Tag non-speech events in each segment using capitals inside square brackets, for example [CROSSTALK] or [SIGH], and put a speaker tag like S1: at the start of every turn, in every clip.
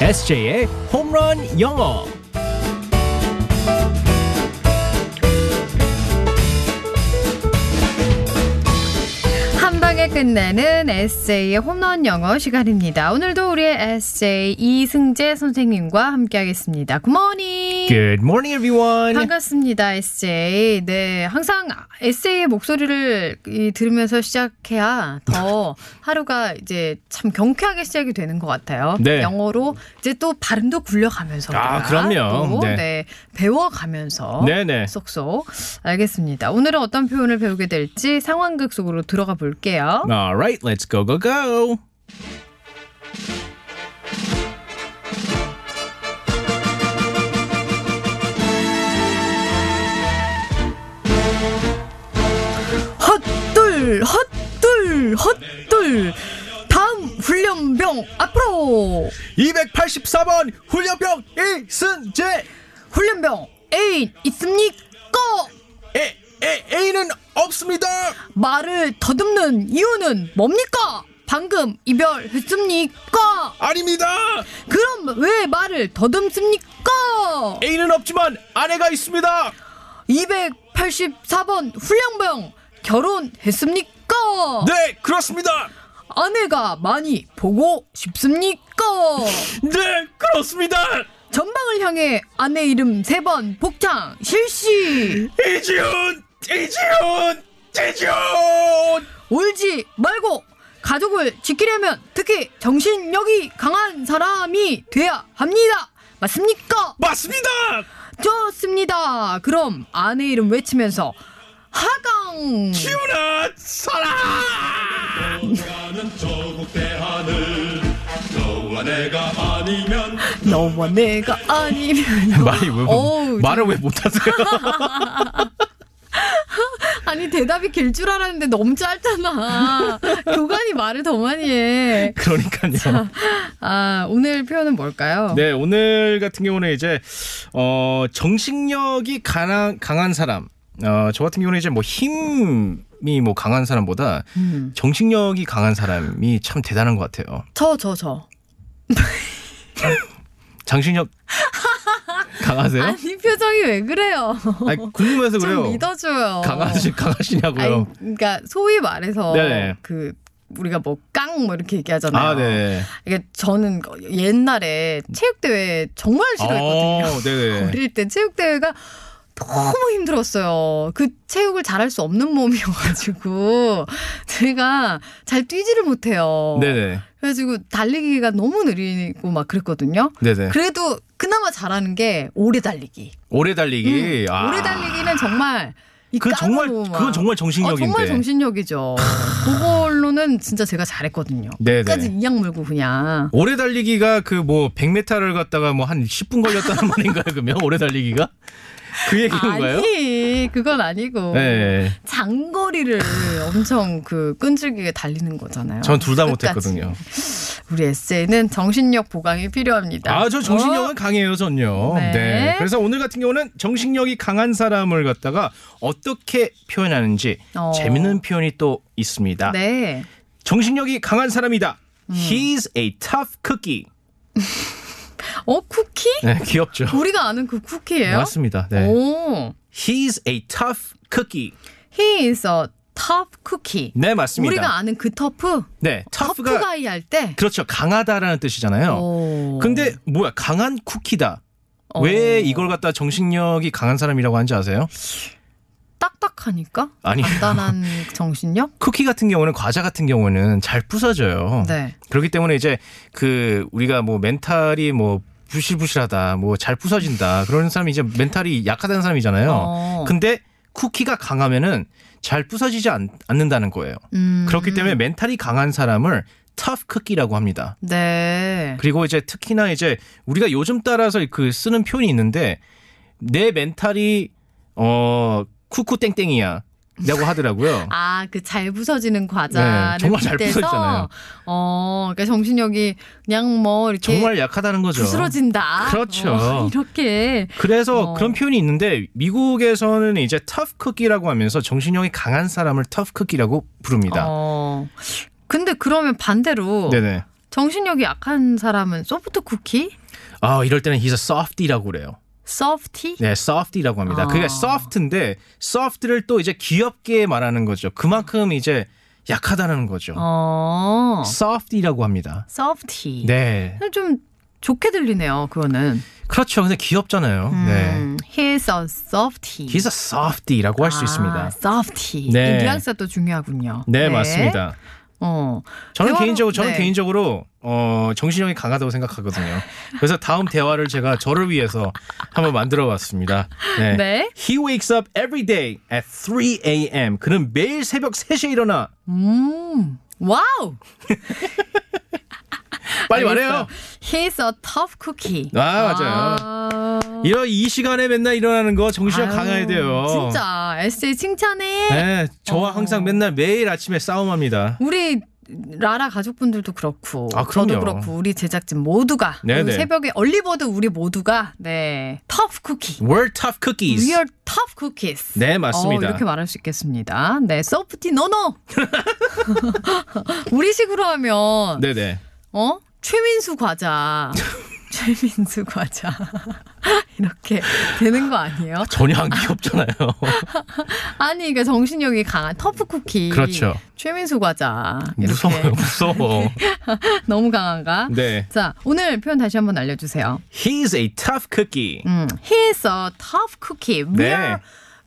S1: SJ의 홈런 영어.
S2: 한 방에 끝내는 SJ의 홈런 영어 시간입니다. 오늘도 우리의 SJ 이승재 선생님과 함께하겠습니다. 굿모닝.
S1: Good morning, everyone.
S2: 반갑습니다, SJ. 네, 항상 SJ의 목소리를 이, 들으면서 시작해야
S1: [LAUGHS]
S2: 더 하루가 이제 참 경쾌하게 시작이 되는 것 같아요.
S1: 네.
S2: 영어로 이제 또 발음도 굴려가면서
S1: 아,
S2: 우리가
S1: 그럼요.
S2: 또,
S1: 네.
S2: 네. 배워가면서
S1: 네네.
S2: 쏙쏙 알겠습니다. 오늘은 어떤 표현을 배우게 될지 상황극 속으로 들어가 볼게요.
S1: All right, let's go, go, go.
S2: 헛둘 헛둘 헛둘 다음 훈련병 앞으로
S1: 284번 훈련병 이순재.
S2: 훈련병 애인 있습니까?
S1: 에, 에, A는 없습니다.
S2: 말을 더듬는 이유는 뭡니까? 방금 이별했습니까?
S1: 아닙니다.
S2: 그럼 왜 말을 더듬습니까?
S1: A는 없지만 아내가 있습니다.
S2: 284번 훈련병 결혼했습니까?
S1: 네, 그렇습니다.
S2: 아내가 많이 보고 싶습니까?
S1: 네, 그렇습니다.
S2: 전방을 향해 아내 이름 세 번 복창 실시
S1: 이지훈, 이지훈, 이지훈.
S2: 울지 말고 가족을 지키려면 특히 정신력이 강한 사람이 돼야 합니다. 맞습니까?
S1: 맞습니다.
S2: 좋습니다. 그럼 아내 이름 외치면서 하강
S1: 기훈아,
S2: [LAUGHS]
S1: 사랑.
S3: 나는 조국 대하늘 너와 내가 아니면
S2: 너와 내가 아니면
S1: 말이 왜 뭐-
S2: 어우, 네.
S1: 말을 왜 못하세요?
S2: 아니 대답이 길 줄 알았는데 너무 짧잖아. 교관이 말을 더 많이 해.
S1: [LAUGHS] 그러니까요.
S2: 아 오늘 표현은 뭘까요?
S1: 네 오늘 같은 경우는 이제 어, 정신력이 강한 강한 사람. 어, 저 같은 경우는 이제 뭐 힘이 뭐 강한 사람보다
S2: 음.
S1: 정신력이 강한 사람이 참 대단한 것 같아요.
S2: 저 저, 저.
S1: 정신력
S2: [LAUGHS]
S1: 강하세요?
S2: 아니 표정이 왜 그래요?
S1: 아니, 궁금해서
S2: 좀
S1: 그래요.
S2: 믿어줘요.
S1: 강하시
S2: 아니,
S1: 강하시냐고요?
S2: 그러니까 소위 말해서
S1: 네네.
S2: 그 우리가 뭐 깡 뭐 이렇게 얘기하잖아요.
S1: 아 네.
S2: 이게 저는 옛날에 체육대회 정말 싫어했거든요.
S1: 어, 네네.
S2: 어릴 때 체육대회가 너무 힘들었어요. 그 체육을 잘할 수 없는 몸이어가지고 [LAUGHS] 제가 잘 뛰지를 못해요.
S1: 네네.
S2: 그래가지고 달리기가 너무 느리고 막 그랬거든요.
S1: 네네.
S2: 그래도 그나마 잘하는 게 오래 달리기.
S1: 오래 달리기. 아.
S2: 음, 오래 달리기는 정말 이
S1: 그건 정말
S2: 까놓고 막
S1: 그건 정말 정신력인데.
S2: 어, 정말 정신력이죠. 그걸로는 진짜 제가 잘했거든요.
S1: 네네.
S2: 끝까지 이악 물고 그냥.
S1: 오래 달리기가 그 뭐 100m를 갔다가 뭐 한 10분 걸렸다는 [LAUGHS] 말인가요? 그러면 오래 달리기가 그 얘기인가요?
S2: 아, 아니, 그건 아니고.
S1: 네,
S2: 장거리를 엄청 그 끈질기게 달리는 거잖아요.
S1: 전 둘 다
S2: 끝까지.
S1: 못했거든요.
S2: 우리 에세이는 정신력 보강이 필요합니다.
S1: 아, 저 정신력은 강해요, 전요.
S2: 어? 네.
S1: 그래서 오늘 같은 경우는 정신력이 강한 사람을 갖다가 어떻게 표현하는지
S2: 어.
S1: 재밌는 표현이 또
S2: 어?
S1: 있습니다.
S2: 네. 음.
S1: 정신력이 강한 사람이다. He's a tough cookie.
S2: 어 쿠키?
S1: 네, 귀엽죠.
S2: 우리가 아는 그 쿠키예요?
S1: 맞습니다. 네.
S2: 오,
S1: He's a tough cookie.
S2: he is a tough cookie.
S1: 네, 맞습니다.
S2: 우리가 아는 그 터프,
S1: 네,
S2: 터프
S1: tough가
S2: 가이 할 때.
S1: 그렇죠. 강하다라는 뜻이잖아요.
S2: 오.
S1: 근데 뭐야 강한 쿠키다.
S2: 어.
S1: 왜 이걸 갖다 정신력이 강한 사람이라고 하는지 아세요?
S2: 딱딱하니까?
S1: 아니. [LAUGHS]
S2: 단단한 정신력?
S1: 쿠키 같은 경우는 과자 같은 경우는 잘 부서져요.
S2: 네.
S1: 그렇기 때문에 이제 그 우리가 뭐 멘탈이 뭐 부실부실하다, 뭐 잘 부서진다 그런 사람이 이제 멘탈이 약하다는 사람이잖아요.
S2: 어.
S1: 근데 쿠키가 강하면은 잘 부서지지 않, 는다는 거예요.
S2: 음.
S1: 그렇기 때문에 멘탈이 강한 사람을 tough 쿠키라고 합니다.
S2: 네.
S1: 그리고 이제 특히나 이제 우리가 요즘 따라서 그 쓰는 표현이 있는데 내 멘탈이 어 쿠쿠 땡땡이야라고 하더라고요.
S2: [LAUGHS] 아, 그 잘 부서지는 과자를
S1: 네, 정말 잘
S2: 빗대서,
S1: 부서지잖아요.
S2: 어, 그러니까 정신력이 그냥 뭐 이렇게
S1: 정말 약하다는 거죠.
S2: 부스러진다.
S1: 그렇죠.
S2: 어, [LAUGHS] 이렇게
S1: 그래서
S2: 어.
S1: 그런 표현이 있는데 미국에서는 이제 tough cookie라고 하면서 정신력이 강한 사람을 tough cookie라고 부릅니다.
S2: 어. 근데 그러면 어. 반대로
S1: 네네.
S2: 정신력이 약한 사람은 소프트 쿠키,
S1: 아 이럴 때는 he's a softy라고 그래요.
S2: 소프티.
S1: 네, softy라고 합니다.
S2: 아.
S1: 그게 soft인데 soft를 또 이제 귀엽게 말하는 거죠. 그만큼 이제 약하다는 거죠.
S2: 어,
S1: softy라고 합니다.
S2: 소프티.
S1: 네,
S2: 좀 좋게 들리네요. 그거는.
S1: 그렇죠. 근데 귀엽잖아요. 네,
S2: 음, He's a softy.
S1: he's a softy라고
S2: 아.
S1: 할 수 있습니다.
S2: softy.
S1: 네.
S2: 이 뉘앙스가 또 중요하군요.
S1: 네, 맞습니다.
S2: 어.
S1: 저는
S2: 대화로-
S1: 개인적으로 저는
S2: 네.
S1: 개인적으로 어 정신력이 강하다고 생각하거든요. 그래서 다음 대화를 제가 저를 위해서 한번 만들어봤습니다. 네.
S2: 네.
S1: He wakes up every day at 3 a.m. 그는 매일 새벽 3시에 일어나.
S2: 음. 와우.
S1: 빨리 말해요.
S2: He's a tough cookie.
S1: 아, 맞아요.
S2: 아.
S1: 이런 이 시간에 맨날 일어나는 거 정신력
S2: 아유,
S1: 강해야 돼요.
S2: 진짜 에세이 칭찬해.
S1: 네, 저와
S2: 어.
S1: 항상 맨날 매일 아침에 싸움합니다.
S2: 우리 라라 가족분들도 그렇고
S1: 아,
S2: 저도
S1: 그럼요.
S2: 그렇고 우리 제작진 모두가
S1: 네네.
S2: 오늘 새벽에 얼리버드 우리 모두가 네 터프 쿠키
S1: We're tough cookies.
S2: We are tough cookies
S1: 네, 맞습니다.
S2: 어, 이렇게 말할 수 있겠습니다 네 소프티 노노 [LAUGHS] 우리식으로 하면
S1: 네네.
S2: 어 최민수 과자 [LAUGHS] 최민수 과자 [LAUGHS] 이렇게 되는 거 아니에요?
S1: 전혀 안 [LAUGHS] 귀엽잖아요.
S2: 아니 그러니까 정신력이 강한 터프 쿠키
S1: 그렇죠.
S2: 최민수 과자 이렇게
S1: 무서워요, 무서워.
S2: [LAUGHS] 너무 강한가?
S1: 네.
S2: 자, 오늘 표현 다시 한번 알려주세요.
S1: [LAUGHS] He's a tough cookie.
S2: 음, he's a tough cookie. We
S1: 네.
S2: are,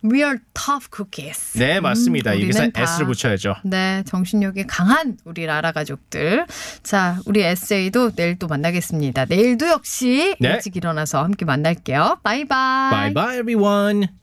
S2: we are tough cookies.
S1: 네, 맞습니다.
S2: 음,
S1: 여기서
S2: 우리는 다-
S1: S를 붙여야죠.
S2: 네, 정신력이 강한 우리 라라 가족들. 자, 우리 에세이도 내일 또 만나겠습니다. 내일도 역시
S1: 네.
S2: 일찍 일어나서 함께 만날게요. 바이바이.
S1: Bye bye, everyone.